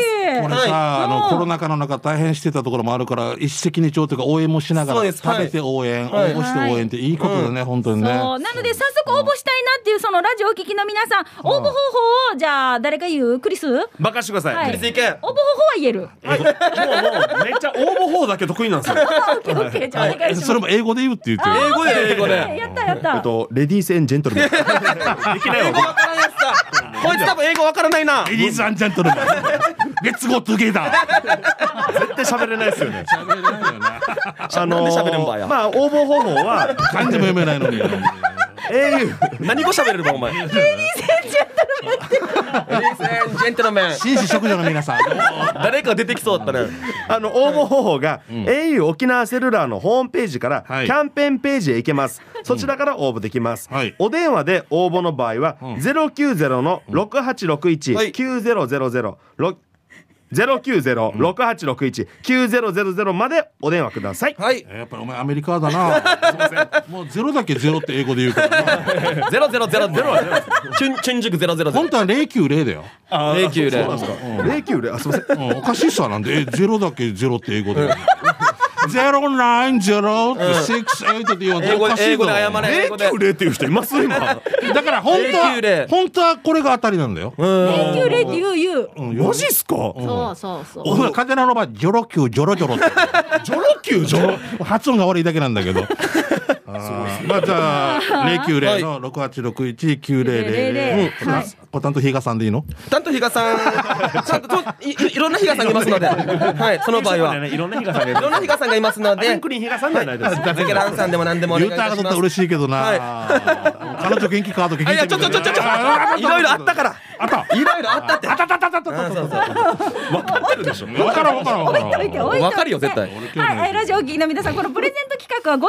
[SPEAKER 1] は
[SPEAKER 2] れさ、
[SPEAKER 1] い
[SPEAKER 2] あ
[SPEAKER 1] うん
[SPEAKER 2] のコロナ禍の中大変してたところもあるから一石二鳥というか応援もしなが
[SPEAKER 5] そう
[SPEAKER 2] ら
[SPEAKER 5] です
[SPEAKER 2] 食べて応援、
[SPEAKER 5] はい
[SPEAKER 2] 応募して応援っていいことだね、本当にね
[SPEAKER 1] そうなので早速応募したいなっていうそのラジオお聞きの皆さん応募方法をじゃあ誰か言うクリス応募方
[SPEAKER 4] 任してください、
[SPEAKER 1] は
[SPEAKER 5] ク
[SPEAKER 1] い
[SPEAKER 5] リスいけん
[SPEAKER 1] 法は言える
[SPEAKER 4] はいもうもうめっちゃ応募法だけ得意なんですよ
[SPEAKER 1] あオッケーオッケーじゃあお願いします
[SPEAKER 2] それも英語で言うって言ってる
[SPEAKER 5] 英語で英語で
[SPEAKER 1] やったやっ
[SPEAKER 4] え
[SPEAKER 1] た
[SPEAKER 4] っとレディースエンジェントルマンできない
[SPEAKER 5] 英語わからないや
[SPEAKER 4] よ
[SPEAKER 5] つだこいつ多分英語わからないな
[SPEAKER 2] レディースアンジェントルマン。 レッツゴートゥゲーダー。
[SPEAKER 4] 絶対喋れないですよねあ
[SPEAKER 5] な
[SPEAKER 4] の
[SPEAKER 5] んで喋れんばや
[SPEAKER 4] まあ応募方法は
[SPEAKER 2] 漢字も読めないのに。
[SPEAKER 4] au
[SPEAKER 5] 何語喋れるのお前レディースエンジェントルメンレディースエンジェントルメン
[SPEAKER 2] 紳士職女の皆さん。
[SPEAKER 5] 誰か出てきそうだったね
[SPEAKER 4] あの応募方法が au 沖縄セルラーのホームページからキ
[SPEAKER 2] はい
[SPEAKER 4] ャンペーンページへ行けますそちらから応募できます
[SPEAKER 2] はい
[SPEAKER 4] お電話で応募の場合は090の
[SPEAKER 5] はい
[SPEAKER 4] 68619000 090-6861-9000までお電話ください。
[SPEAKER 5] はい
[SPEAKER 2] やっぱりお前アメリカだな。もうゼロだけゼロって英語で言うからな。
[SPEAKER 5] ゼロゼロゼロゼロチュンチュン塾ゼロゼロゼロ
[SPEAKER 2] 本当は零九零だよ。
[SPEAKER 5] 零九零
[SPEAKER 4] 090あ、すみません。
[SPEAKER 2] うん、おかしいさなんで、えゼロだけゼロって英語で言う。ゼロナインゼロシックスエイトで言う
[SPEAKER 5] 英
[SPEAKER 2] のお
[SPEAKER 5] 語
[SPEAKER 2] か
[SPEAKER 5] で
[SPEAKER 2] し
[SPEAKER 5] 英
[SPEAKER 2] いだ
[SPEAKER 5] 語で
[SPEAKER 2] ろ
[SPEAKER 5] 謝れ英語で
[SPEAKER 4] 090っていう人います 今。
[SPEAKER 2] だから本当
[SPEAKER 5] 090
[SPEAKER 2] は本当はこれが当たりなんだよ。
[SPEAKER 1] 連休レディー言う
[SPEAKER 2] うん
[SPEAKER 4] マジっすか
[SPEAKER 1] そうそうそう
[SPEAKER 2] お前カテナの場合ジョロキュージョロジョロって。
[SPEAKER 4] ジョロ級ジョロ
[SPEAKER 2] 発音が悪いだけなんだけど。あーまあじゃあ090の六八六一九零
[SPEAKER 1] 000
[SPEAKER 2] 零
[SPEAKER 1] はい
[SPEAKER 2] こ担当ヒガさんでいいの？
[SPEAKER 5] ちゃんと比嘉さん、ちゃんとといいろんな比嘉さんがいますので、はい、その場合は。い
[SPEAKER 4] いろんな日がさんがい
[SPEAKER 5] ろんな比嘉さんがいますの
[SPEAKER 4] ピ
[SPEAKER 5] で
[SPEAKER 4] ン、クリン日がさんじゃないです。
[SPEAKER 5] ベテランさんでも何でもお願
[SPEAKER 2] ユ
[SPEAKER 5] いい
[SPEAKER 2] ータが
[SPEAKER 5] たし
[SPEAKER 2] 取った
[SPEAKER 5] ま
[SPEAKER 2] ら
[SPEAKER 5] す。
[SPEAKER 2] 嬉しいけどな。彼女元気かとか聞いて
[SPEAKER 5] あいや、ちょちょちょちょちょ、いろいろあったから。
[SPEAKER 2] あった。
[SPEAKER 5] いろいろあったって。
[SPEAKER 2] あったあったあったあったあったあった。わ からんわからんわからん。
[SPEAKER 1] 置いて置いて
[SPEAKER 5] わかるよ、絶対。
[SPEAKER 1] はい、えーラジオをお聞きの皆さん、このプレゼント企画は5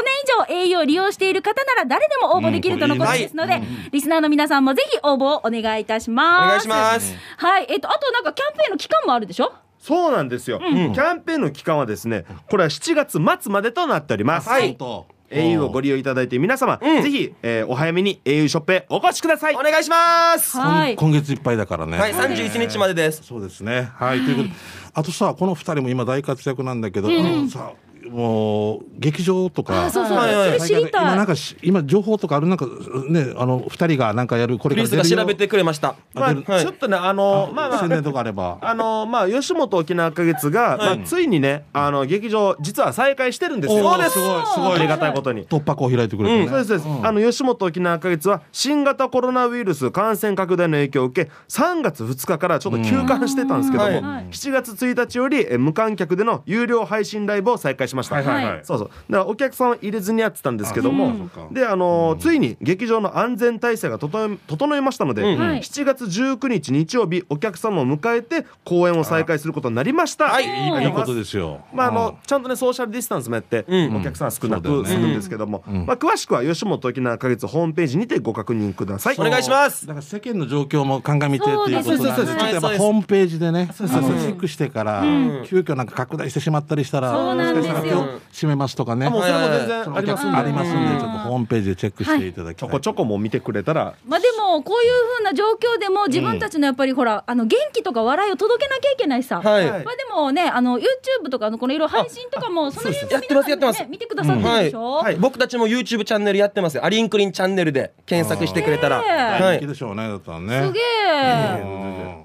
[SPEAKER 1] 年以上 au を利用している方なら誰でも応募できるとのことですので、リスナーの皆さんもぜひ応募をお願いいたしま
[SPEAKER 5] お
[SPEAKER 1] す。
[SPEAKER 5] 願いします。
[SPEAKER 1] はい、えっと、あとなんかキャンペーンの期間もあるでしょ
[SPEAKER 4] そうなんですよ、キャンペーンの期間はですねこれは7月末までとなっております、
[SPEAKER 5] はい
[SPEAKER 2] と
[SPEAKER 4] au をご利用いただいている皆様、ぜひ、えーお早めに au ショップへお越しください
[SPEAKER 5] お願いします。は
[SPEAKER 1] はい。
[SPEAKER 2] 今月いっぱいだからね。
[SPEAKER 5] い、三十一日までです。
[SPEAKER 2] そうですね。はい。ということで、あとさ、この二人も今大活躍なんだけど、さ、もう劇場とか。
[SPEAKER 1] あ、そうそう。
[SPEAKER 5] はいはいはい
[SPEAKER 1] それ知り
[SPEAKER 2] 今
[SPEAKER 1] た
[SPEAKER 2] なん
[SPEAKER 1] い。
[SPEAKER 2] かし今情報とかあるなんかねあの二人がなんかやるこれか
[SPEAKER 5] ク
[SPEAKER 2] ら
[SPEAKER 5] リスが
[SPEAKER 2] 出るよ
[SPEAKER 5] 調べてくれました。
[SPEAKER 4] ま
[SPEAKER 5] は
[SPEAKER 4] あ、
[SPEAKER 5] い
[SPEAKER 4] ちょっとねあのまあまあ
[SPEAKER 2] 宣伝とかあれば
[SPEAKER 4] あのまあ吉本沖縄花月が、まあついにねあの劇場実は再開してるんですよ
[SPEAKER 2] おーそうですすごいすごい
[SPEAKER 4] ありがたいことに
[SPEAKER 2] 突破口を開いてくれて
[SPEAKER 4] そうで
[SPEAKER 2] ね
[SPEAKER 4] すそうです、あの吉本沖縄花月は新型コロナウイルス感染拡大の影響を受け3月2日からちょっと休館してたんですけども、
[SPEAKER 5] うん
[SPEAKER 1] はい
[SPEAKER 4] 7月1日よりえー無観客での有料配信ライブを再開しまました、
[SPEAKER 1] いはい
[SPEAKER 2] はい
[SPEAKER 4] そうそうだからお客さんを入れずにやってたんですけども、
[SPEAKER 2] あそうかそうか
[SPEAKER 4] であのーついに劇場の安全体制が整え整いましたので、
[SPEAKER 5] うん
[SPEAKER 1] はい
[SPEAKER 4] 7月19日日曜日お客様を迎えて公演を再開することになりました
[SPEAKER 5] はい
[SPEAKER 4] あ
[SPEAKER 2] い
[SPEAKER 4] り
[SPEAKER 2] いこ
[SPEAKER 4] ます
[SPEAKER 2] とですよ。
[SPEAKER 4] まああ
[SPEAKER 2] うん
[SPEAKER 4] の、ちゃんとねソーシャルディスタンスもやって、
[SPEAKER 5] うん
[SPEAKER 4] お客さんは少な
[SPEAKER 2] そう
[SPEAKER 4] く
[SPEAKER 2] だ
[SPEAKER 4] す
[SPEAKER 2] よね
[SPEAKER 4] るんですけども、
[SPEAKER 2] ん
[SPEAKER 4] まあ、詳しくは吉本沖縄花月ホームページにてご確認ください
[SPEAKER 5] お願いします
[SPEAKER 2] だから世間の状況も鑑みてということ
[SPEAKER 1] そうです
[SPEAKER 2] なん
[SPEAKER 1] そうです
[SPEAKER 2] で、ちょっとやっぱ
[SPEAKER 5] はい
[SPEAKER 2] ホームページでね、あ
[SPEAKER 4] そうそう
[SPEAKER 2] のチェックしてから、急遽なんか拡大してしまったりしたら、
[SPEAKER 1] そうなんですよ
[SPEAKER 2] もしかしたら今日閉めますとかね、
[SPEAKER 4] あもうそれも全
[SPEAKER 2] そ
[SPEAKER 4] 然
[SPEAKER 2] の
[SPEAKER 4] あ
[SPEAKER 2] お
[SPEAKER 4] り
[SPEAKER 2] 客
[SPEAKER 4] ます
[SPEAKER 2] さ
[SPEAKER 4] ん
[SPEAKER 2] ん
[SPEAKER 4] で
[SPEAKER 2] ありますん
[SPEAKER 1] うん
[SPEAKER 2] で、ちょっとホームページでチェックしていただき
[SPEAKER 4] ち
[SPEAKER 2] た
[SPEAKER 4] ょ
[SPEAKER 2] い。
[SPEAKER 4] こちょこも見てくれたら
[SPEAKER 1] まあでもこういうふうな状況でも自分たちのやっぱりほらあの元気とか笑いを届けなきゃいけないさ、
[SPEAKER 5] はい
[SPEAKER 1] まあでもねあの YouTube とかのこのいろいろ配信とかもその
[SPEAKER 5] そう
[SPEAKER 1] 辺
[SPEAKER 5] ですやってますやってます
[SPEAKER 1] ね見てくださってるでしょ、
[SPEAKER 5] はいはい、僕たちも YouTube チャンネルやってますよアリンクリンチャンネルで検索してくれたら、
[SPEAKER 1] あー
[SPEAKER 5] は
[SPEAKER 2] 大人気
[SPEAKER 5] い、
[SPEAKER 2] でしょうね、だったら
[SPEAKER 1] すげ
[SPEAKER 2] ね。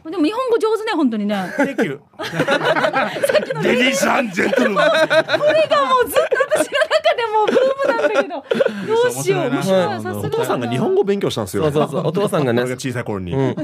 [SPEAKER 1] えでも日本語上手ね本当にねこ
[SPEAKER 4] 「Thank you
[SPEAKER 2] レディーさん、ジェントルマン。
[SPEAKER 1] れがもうずっと私の中でもうブームなんだけどどうしよう面白
[SPEAKER 2] 面白
[SPEAKER 1] い
[SPEAKER 2] い
[SPEAKER 1] さ
[SPEAKER 2] な
[SPEAKER 1] すがだな
[SPEAKER 4] お父さんが日本語勉強したんですよ
[SPEAKER 5] そうそうそうお父さん がね
[SPEAKER 4] 俺が小さい頃に、ね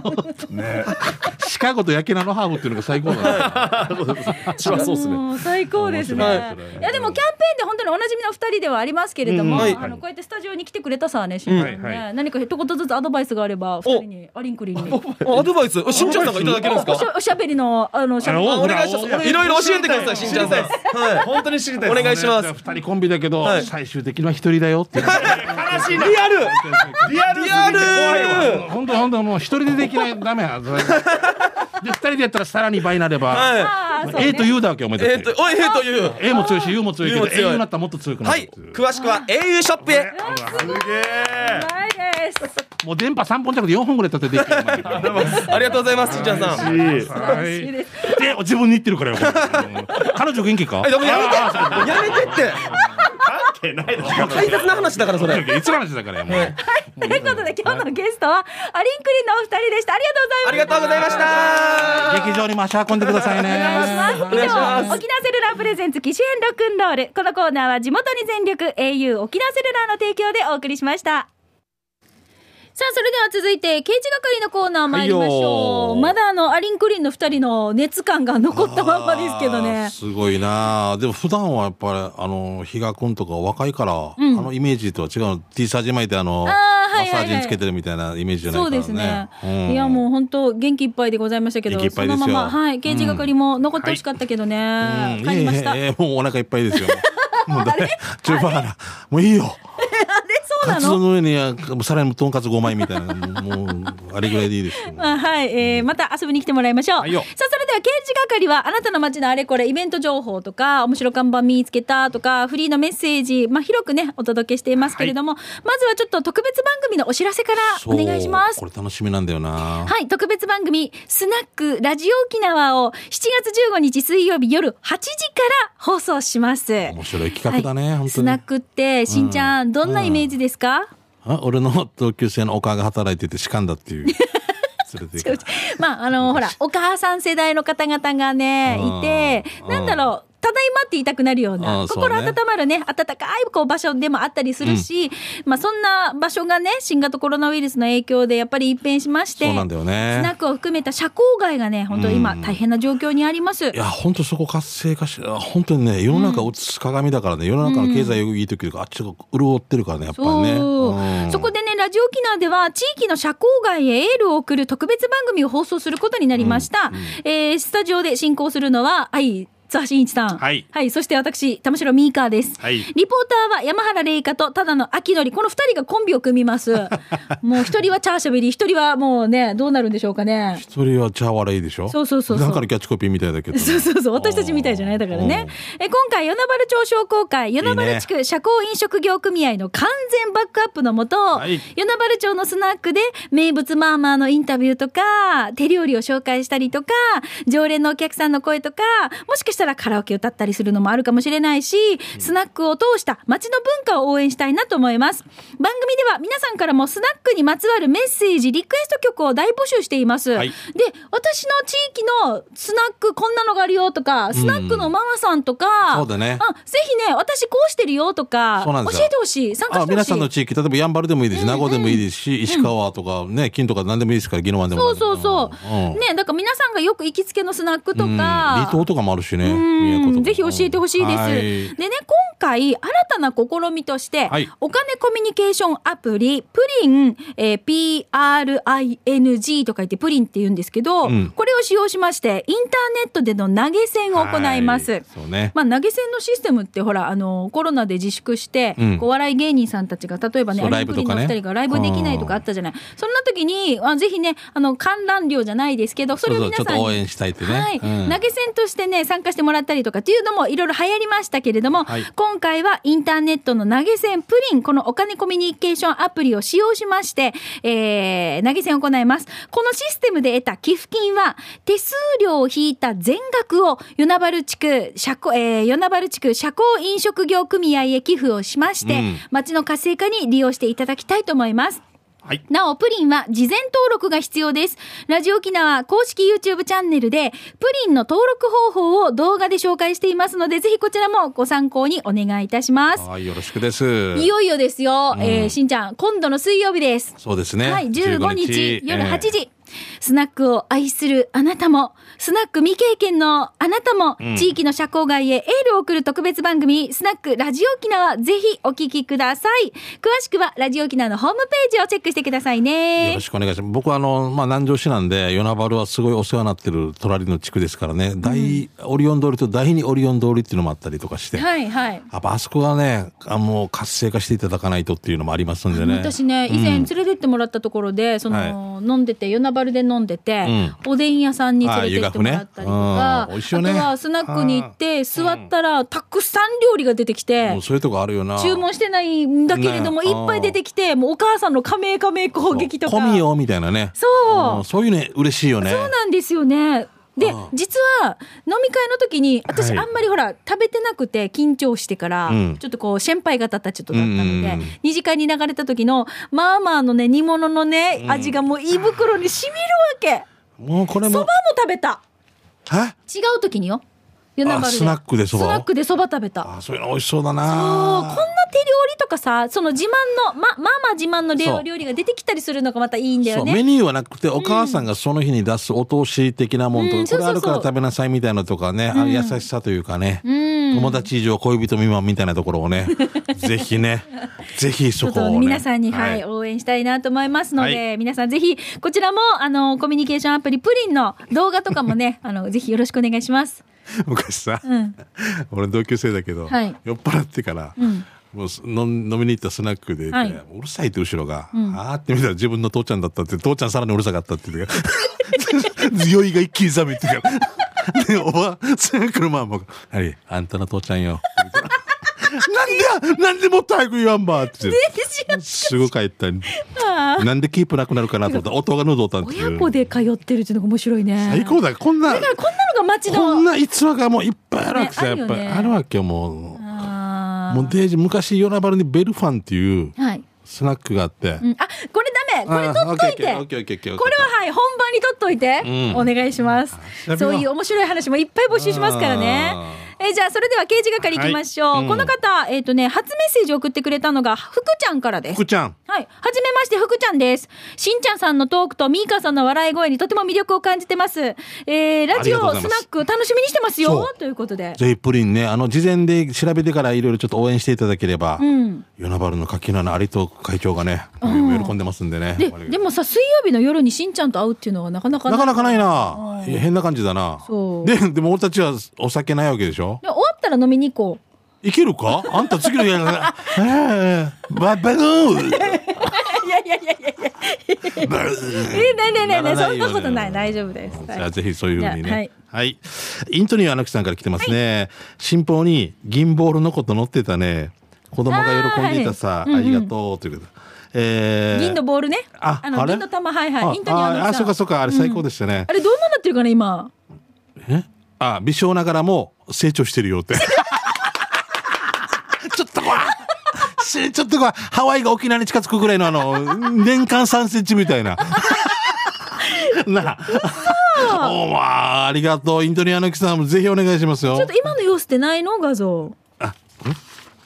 [SPEAKER 2] シカゴと焼きナのハーブっていうのが最高だね。
[SPEAKER 4] ちはそうですね
[SPEAKER 1] もう最高ですね。
[SPEAKER 5] 面
[SPEAKER 2] 白い
[SPEAKER 1] いやでもキャンペーンで本当におなじみの二人ではありますけれども、
[SPEAKER 2] うん
[SPEAKER 5] はい
[SPEAKER 1] あのこうやってスタジオに来てくれたさね、しんちゃんね、
[SPEAKER 2] はいは
[SPEAKER 1] 何か一言ずつアドバイスがあれば二人にアリンクリンに。
[SPEAKER 5] あアドバイスおしんちゃんさんがいただけるんです
[SPEAKER 1] おし
[SPEAKER 5] か
[SPEAKER 1] ゃおしゃべりのあのしゃべり
[SPEAKER 5] あお願いしますいろいろ教えてくださいしんちゃんさんはい
[SPEAKER 4] 本当に知りたい
[SPEAKER 5] お願いします
[SPEAKER 2] 二人コンビだけど
[SPEAKER 5] は、い
[SPEAKER 2] 最終的には一人だよって。
[SPEAKER 4] す悲しいリアルリアルすぎて怖いわ
[SPEAKER 2] 本当本当もう一人でできないダメや。で二人でやったらさらに倍になれば。
[SPEAKER 5] はい
[SPEAKER 1] あーそうね
[SPEAKER 2] A と U だわけお前だっ
[SPEAKER 5] え
[SPEAKER 2] て
[SPEAKER 5] っ、とおいえーという
[SPEAKER 2] A も強いし U も強いけ
[SPEAKER 5] U
[SPEAKER 2] ど
[SPEAKER 5] も強い
[SPEAKER 2] A になったらもっと強くな
[SPEAKER 5] は
[SPEAKER 2] るっ
[SPEAKER 5] い
[SPEAKER 2] ていう
[SPEAKER 5] 詳しくは au ショップへ
[SPEAKER 4] すげえ
[SPEAKER 1] うまいです。
[SPEAKER 2] もう電波3本弱で4本ぐらい立てていいからお前
[SPEAKER 5] ありがとうございますしんちゃんさんはい
[SPEAKER 4] い
[SPEAKER 2] はい
[SPEAKER 1] いいです
[SPEAKER 2] で自分に言ってるからよ彼女元気か
[SPEAKER 5] でもやめてやめてって
[SPEAKER 4] 関係ないだろ
[SPEAKER 5] 大切な話だからそれ
[SPEAKER 2] いつの話だからよもう
[SPEAKER 1] ということで今日のゲストはアリンクリンのお二人でした。あり
[SPEAKER 5] ありが
[SPEAKER 1] がと
[SPEAKER 5] とう
[SPEAKER 1] うござ
[SPEAKER 5] ござ
[SPEAKER 1] い
[SPEAKER 5] い
[SPEAKER 1] ま
[SPEAKER 5] ま
[SPEAKER 1] し。
[SPEAKER 5] したた
[SPEAKER 2] 劇場にも足運んでくださいね
[SPEAKER 1] お願いします以上沖縄セルラープレゼンツ機種編ロックンロールこのコーナーは地元に全力 au 沖縄セルラーの提供でお送りしましたさあそれでは続いて刑事係のコーナー参りましょ
[SPEAKER 2] は
[SPEAKER 1] う
[SPEAKER 2] いよー
[SPEAKER 1] まだあのアリンクリンの2人の熱感が残ったまんまですけど
[SPEAKER 2] あー
[SPEAKER 1] ね
[SPEAKER 2] すごいなあでも普段はやっぱりあの比嘉君とか若いから、あのイメージとは違うの T サージ巻いてあの
[SPEAKER 1] あーはいはいはい
[SPEAKER 2] マッサージにつけてるみたいなイメージじゃない
[SPEAKER 1] そう
[SPEAKER 2] からね
[SPEAKER 1] ですね、
[SPEAKER 2] うん
[SPEAKER 1] いやもう本当元気いっぱいでございましたけど
[SPEAKER 2] 元気いっぱいですよ
[SPEAKER 1] そのままはい刑事係も残ってほしかったけどね、
[SPEAKER 2] うん
[SPEAKER 1] 帰りました、
[SPEAKER 2] いえいえいえもうお腹いっぱいで すよもうだれちょいばかなもういいよ
[SPEAKER 1] えそう
[SPEAKER 2] カ
[SPEAKER 1] な
[SPEAKER 2] ツ
[SPEAKER 1] の
[SPEAKER 2] 丼の上にはさらにとんかつ5枚みたいなもうもうあれぐらいでいいですよ
[SPEAKER 1] まあ、はい、えーまた遊びに来てもらいましょう。
[SPEAKER 2] はいよ
[SPEAKER 1] さあ、それでは、刑事係は、あなたの街のあれこれ、イベント情報とか、面白看板見つけたとか、フリーのメッセージ、まあ、広くね、お届けしていますけれども、まずはちょっと特別番組のお知らせからお願いします
[SPEAKER 2] そうこ。れ楽しみなんだよな
[SPEAKER 1] はい、特別番組、スナックラジオ沖縄を7月15日水曜日夜8時から放送します。
[SPEAKER 2] 面白い企画だ
[SPEAKER 1] は
[SPEAKER 2] ね、
[SPEAKER 1] い
[SPEAKER 2] 本当
[SPEAKER 1] スナッ
[SPEAKER 2] に
[SPEAKER 1] クって、しんちゃん、どんなイメージですか、
[SPEAKER 2] あ俺の同級生のお母が働いててしかんだってい う連れて行く
[SPEAKER 1] まあ、あの、ほら、お母さん世代の方々がね、
[SPEAKER 2] うん
[SPEAKER 1] いて、
[SPEAKER 2] うん
[SPEAKER 1] なんだろう、ただいまって言いたくなるよう
[SPEAKER 2] う
[SPEAKER 1] な、
[SPEAKER 2] んそう
[SPEAKER 1] 心
[SPEAKER 2] ね
[SPEAKER 1] 温まるね、温かいこう場所でもあったりするし、まあ、そんな場所がね、新型コロナウイルスの影響でやっぱり一変しまして、
[SPEAKER 2] そうなんだよね
[SPEAKER 1] スナックを含めた社交外がね、本当今、大変な状況にあります。
[SPEAKER 2] いや、本当そこ活性化し、あ本当にね、世の中映す鏡だからね、世の中の経済いい時よりか、あっちが潤ってるからね、やっぱりね。
[SPEAKER 1] そううんそこでねラジオ沖縄では地域の社交外へエールを送る特別番組を放送することになりました、えースタジオで進行するのははい津波真一さん
[SPEAKER 4] はい
[SPEAKER 1] そして私玉城ミーカーです、
[SPEAKER 4] はい
[SPEAKER 1] リポーターは山原玲香とただの秋典この2人がコンビを組みますもう一人はチャーシャベリー一人はもうねどうなるんでしょうかね
[SPEAKER 2] 一人は茶悪いでしょ
[SPEAKER 1] そうそうそうそう
[SPEAKER 2] なんかのキャッチコピーみたいだけ ど。
[SPEAKER 1] そうそうそう、私たちみたいじゃないだからね。え今回、与那原町商工会、与那原地区社交飲食業組合の完全バックアップのもと、
[SPEAKER 4] い
[SPEAKER 1] 与那原町のスナックで名物マーマーのインタビューとか、手料理を紹介したりとか、常連のお客さんの声とか、もしかしたらカラオケを歌ったりするのもあるかもしれないし、スナックを通した街の文化を応援したいなと思います。番組では皆さんからもスナックにまつわるメッセージ、リクエスト曲を大募集しています。
[SPEAKER 2] はい
[SPEAKER 1] で、私の地域のスナックこんなのがあるよとか、スナックのママさんとか、
[SPEAKER 2] そうだね
[SPEAKER 1] あ、ぜひね、私こうしてるよとか、
[SPEAKER 2] そうなんですよ
[SPEAKER 1] 教えてほしい。参加
[SPEAKER 2] あ
[SPEAKER 1] してほ
[SPEAKER 2] 皆
[SPEAKER 1] しい
[SPEAKER 2] さん。の地域、例えばやんばるでもいいですし、名護でもいいですし、石川とかね、金とか何でもいいですから、宜野湾で
[SPEAKER 1] そ
[SPEAKER 2] も何
[SPEAKER 1] う
[SPEAKER 2] でも。
[SPEAKER 1] そうそう。
[SPEAKER 2] ん
[SPEAKER 1] ね、だから皆さんんがよく行きつけのスナックとか、
[SPEAKER 2] うん離島とかもあるしね。
[SPEAKER 1] うん
[SPEAKER 2] 宮古とか
[SPEAKER 1] ぜひ教えてほしいです。
[SPEAKER 2] はい
[SPEAKER 1] でね、今回、新たな試みとして、
[SPEAKER 2] はい
[SPEAKER 1] お金コミュニケーションアプリ、プリン、えー PRING と書いてプリンって言うんですけど、
[SPEAKER 2] うん
[SPEAKER 1] これを使用しまして、インターネットでの投げ銭を行います。
[SPEAKER 2] はそうね。
[SPEAKER 1] まあ、投げ銭のシステムってほらあのコロナで自粛して、
[SPEAKER 2] うん
[SPEAKER 1] こうお笑い芸人さんたちが例えばね
[SPEAKER 2] そう
[SPEAKER 1] アリ
[SPEAKER 2] ライ
[SPEAKER 1] プ
[SPEAKER 2] ブ
[SPEAKER 1] リ
[SPEAKER 2] と
[SPEAKER 1] の
[SPEAKER 2] かね
[SPEAKER 1] 2人がライブできないとかあったじゃない、そんな時にあぜひねあの観覧料じゃないですけどそれを皆さんに
[SPEAKER 2] そうそうちょっと応援したいってね
[SPEAKER 1] はい
[SPEAKER 2] うん
[SPEAKER 1] 投げ銭としてね参加してもらったりとかっていうのもいろいろ流行りましたけれども、
[SPEAKER 2] はい
[SPEAKER 1] 今回はインターネットの投げ銭プリンこのお金コミュニケーションアプリを使用しまして、えー投げ銭を行いますこのシステムで得た寄付金は手数料を引いた全額を与那原地区社交、えー与那原地区社交飲食業組合へ寄付をしまして、
[SPEAKER 2] うん
[SPEAKER 1] 町の活性化に利用していただきたいと思います
[SPEAKER 2] はい。
[SPEAKER 1] なお、プリンは事前登録が必要です。ラジオ沖縄公式 YouTube チャンネルで、プリンの登録方法を動画で紹介していますので、ぜひこちらもご参考にお願いいたします。
[SPEAKER 2] はい、よろしくです。
[SPEAKER 1] いよいよですよ、えーしんちゃん、今度の水曜日です。
[SPEAKER 2] そうですね。
[SPEAKER 1] はい、15日夜8
[SPEAKER 2] ええ
[SPEAKER 1] 時、スナックを愛するあなたも、スナック未経験のあなたも、
[SPEAKER 2] うん
[SPEAKER 1] 地域の社交外へエールを送る特別番組、スナックラジオ沖縄、ぜひお聞きください。詳しくは、ラジオ沖縄のホームページをチェックしてくださいね。
[SPEAKER 2] よろしくお願いします。僕はあの、まあ、南城市なんで、与那原はすごいお世話になってる隣の地区ですからね、大、オリオン通りと第二オリオン通りっていうのもあったりとかして、
[SPEAKER 1] はいはい。
[SPEAKER 2] やっぱあそこはね、あもう活性化していただかないとっていうのもありますんでね。
[SPEAKER 1] 私ね以前連れてってもらったところで、その飲んでて与那原で飲んでて、おでん屋さんに連れてってもらったりと
[SPEAKER 2] あ
[SPEAKER 1] か
[SPEAKER 2] あ、湯がくねうん美味しいよね
[SPEAKER 1] あとはスナックに行って座ったら、たくさん料理が出てきて
[SPEAKER 2] もう。そういうとこあるよな。
[SPEAKER 1] 注文してないんだけれども、
[SPEAKER 2] ね
[SPEAKER 1] いっぱい出てきて、もうお母さんの加盟加盟攻撃とか。
[SPEAKER 2] 込みよ、みたいなね。
[SPEAKER 1] そう
[SPEAKER 2] うんそういうね、嬉しいよね。
[SPEAKER 1] そうなんですよね。で
[SPEAKER 2] ああ、
[SPEAKER 1] 実は飲み会の時に、私
[SPEAKER 2] はい
[SPEAKER 1] あんまりほら、食べてなくて緊張してから
[SPEAKER 2] うん、
[SPEAKER 1] ちょっとこう、先輩方たちとだった
[SPEAKER 2] うん
[SPEAKER 1] の
[SPEAKER 2] うんう
[SPEAKER 1] で
[SPEAKER 2] ん、
[SPEAKER 1] 二次会に流れた時の、まあまあのね、煮物のね、味がもう胃袋に染みるわけ。
[SPEAKER 2] もうこれ
[SPEAKER 1] そばも
[SPEAKER 2] も、
[SPEAKER 1] 食べた。
[SPEAKER 2] え
[SPEAKER 1] 違う時によ。夜なばるで
[SPEAKER 2] あスナックでそばを
[SPEAKER 1] スナックでそば食べた。
[SPEAKER 2] あそういうの美味しそうだ
[SPEAKER 1] そうこん
[SPEAKER 2] な
[SPEAKER 1] な。手料理とかさその自慢のままあまあ自慢の料
[SPEAKER 2] そう
[SPEAKER 1] 料理が出てきたりするのがまたいいんだよ
[SPEAKER 2] そうメ
[SPEAKER 1] ね。
[SPEAKER 2] ニューはなくて、お母さんがその日に出すお通し的なもんとか、
[SPEAKER 1] うん
[SPEAKER 2] これあるから
[SPEAKER 1] そうそうそう
[SPEAKER 2] 食べなさいみたいなとかね、あ優しさというかね、
[SPEAKER 1] ん
[SPEAKER 2] 友達以上恋人未満みたいなところを ねぜひねぜひ
[SPEAKER 1] ちょ
[SPEAKER 2] そ
[SPEAKER 1] っ
[SPEAKER 2] こを
[SPEAKER 1] と、
[SPEAKER 2] ね
[SPEAKER 1] 皆さんに、
[SPEAKER 2] は
[SPEAKER 1] はいい応援したいなと思いますので、
[SPEAKER 2] は
[SPEAKER 1] 皆さんぜひこちらもあのコミュニケーションアプリプリンの動画とかも ねあのぜひよろしくお願いします。
[SPEAKER 2] 昔さ、
[SPEAKER 1] うん
[SPEAKER 2] 俺同級生だけど、
[SPEAKER 1] はい
[SPEAKER 2] 酔っ払ってから、もうす飲ん飲みに行ったスナックでいて、
[SPEAKER 1] はいう
[SPEAKER 2] るさいって後ろが、あーって見たら自分の父ちゃんだったって父ちゃんさらにうる さかったって言って酔いが一気に冷めてから でおばスナックのママが「はいあんたの父ちゃんよ」 なんでなんでもっと早く言わんば」って言ってすぐ帰ったりなんでキープなくなるかなと思ったら音が喉をたんっていう
[SPEAKER 1] 親子で通ってるっていうのが面白いね。
[SPEAKER 2] 最高だよこんな
[SPEAKER 1] だからこんなのが街の
[SPEAKER 2] こんな逸話がもういっぱいあるわけさ、
[SPEAKER 1] ねあるよ
[SPEAKER 2] やっ
[SPEAKER 1] ね
[SPEAKER 2] ぱりあるわけよもう。
[SPEAKER 1] あー
[SPEAKER 2] もうデージ昔与那原にベルファンっていう
[SPEAKER 1] はい。
[SPEAKER 2] スナックがあって、
[SPEAKER 1] うんあこれダメこれ取っといて
[SPEAKER 2] あーオッケーオッケーオッケーオッケーオッケー
[SPEAKER 1] これははい本番に取っといて、
[SPEAKER 2] うん
[SPEAKER 1] お願いします
[SPEAKER 2] 調べよう
[SPEAKER 1] そういう面白い話もいっぱい募集しますからね
[SPEAKER 2] あ
[SPEAKER 1] えじゃあそれでは刑事係いきましょう、
[SPEAKER 2] はいうん
[SPEAKER 1] この方えっ、とね初メッセージを送ってくれたのが福ちゃんからです
[SPEAKER 2] 福ちゃん
[SPEAKER 1] はい。はじめまして、福ちゃんです。しんちゃんさんのトークとミーカさんの笑い声にとても魅力を感じてます。えー、ラジ
[SPEAKER 2] ありがとうご
[SPEAKER 1] オ、
[SPEAKER 2] ざい
[SPEAKER 1] ス
[SPEAKER 2] ま
[SPEAKER 1] ナ
[SPEAKER 2] す
[SPEAKER 1] ック楽しみにしてますよ
[SPEAKER 2] そ。う
[SPEAKER 1] ということで。
[SPEAKER 2] ぜひプリンねあの事前で調べてからいろいろちょっと応援していただければ、
[SPEAKER 1] うん。
[SPEAKER 2] 与那原の柿菜の有藤会長がね、喜んでますんでね
[SPEAKER 1] で、でもさ、水曜日の夜にしんちゃんと会うっていうのはなかなか
[SPEAKER 2] なかなかないな、
[SPEAKER 1] うん
[SPEAKER 2] いや変な感じだな
[SPEAKER 1] そう
[SPEAKER 2] ででも俺たちはお酒ないわけでしょ
[SPEAKER 1] で終わったら飲みに行こう。
[SPEAKER 2] いけるかあんた次の日や らええバッバグー
[SPEAKER 1] いやいやいやいやいや。
[SPEAKER 2] バッ
[SPEAKER 1] え、ないないないない、
[SPEAKER 2] なら
[SPEAKER 1] そ
[SPEAKER 2] ない
[SPEAKER 1] ん
[SPEAKER 2] よ
[SPEAKER 1] なことない、大丈夫です。
[SPEAKER 2] じ
[SPEAKER 1] はい
[SPEAKER 2] ゃあぜひそういうふうに
[SPEAKER 1] じゃあはい
[SPEAKER 2] ね。はい。イントニーアナクさんから来てますね。新報に銀ボールのこと載ってたね。子供が喜んでいたさ、
[SPEAKER 1] あーはい
[SPEAKER 2] ありがとうということで。えー
[SPEAKER 1] 銀のボールね。
[SPEAKER 2] あ
[SPEAKER 1] あの
[SPEAKER 2] あれ
[SPEAKER 1] 銀の玉、はいは
[SPEAKER 2] あ
[SPEAKER 1] い、インタビュー
[SPEAKER 2] ああ、そうかそうか、あれ最高でしたね
[SPEAKER 1] あ。れどんなになってるかな、今。
[SPEAKER 2] えあ、微笑ながらも成長してるよって。 ちょっと怖い。し ちょっと怖い。ハワイが沖縄に近づくぐらいのあの、 年間3センチみたいな。 なあ。おまあ、ありがとう。イントニアの木さんもぜひお願いしますよ
[SPEAKER 1] ちょっ。と今の様子ってないの、画像。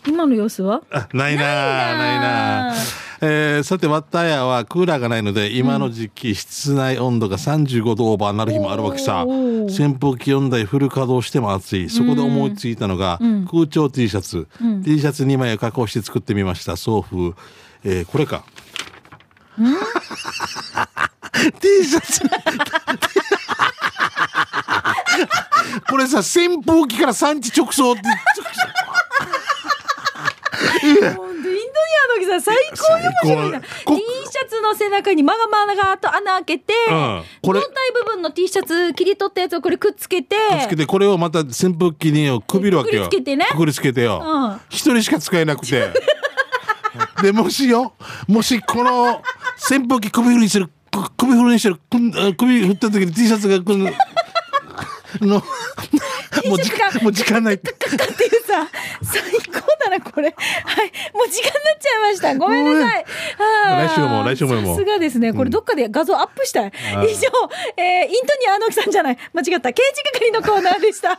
[SPEAKER 1] 今の様子は。
[SPEAKER 2] あないなあ
[SPEAKER 1] な
[SPEAKER 2] ないい
[SPEAKER 1] なあ
[SPEAKER 2] なあえーさて、ワッタヤはクーラーがないので、今の時期、室内温度が35度オーバーになる日もあるわけさ。扇風機4台フル稼働しても暑い。そこで思いついたのが、空調 T シャツ、T シャツ2枚を加工して作ってみました。送風。えーこれか。T シャツ。 これさ、扇風機から産地直送って。
[SPEAKER 1] 本当インドニアの木さん最高に面白いな T
[SPEAKER 2] 最高
[SPEAKER 1] シャツの背中にまがまがと穴開けて、
[SPEAKER 2] うんこれ
[SPEAKER 1] 胴体部分の T シャツ切り取ったやつをこれくっつけて
[SPEAKER 2] つけてこれをまた扇風機によくびるわけよ
[SPEAKER 1] くくりつけてね
[SPEAKER 2] くくりつけてよ
[SPEAKER 1] うん
[SPEAKER 2] 一、人しか使えなくて でもしよもしこの扇風機首振りにしてるく首振りにしてるくんあ首振った時に T シャツがくんのもう時間もう時間ないって
[SPEAKER 1] かかっていうさ最高だなこれはいもう時間になっちゃいましたごめんなさいあー
[SPEAKER 2] 来週も来週ももう
[SPEAKER 1] さすがですねこれどっかで画像アップしたい、以上、えーインドニアの木さんじゃない間違った刑事係のコーナーでした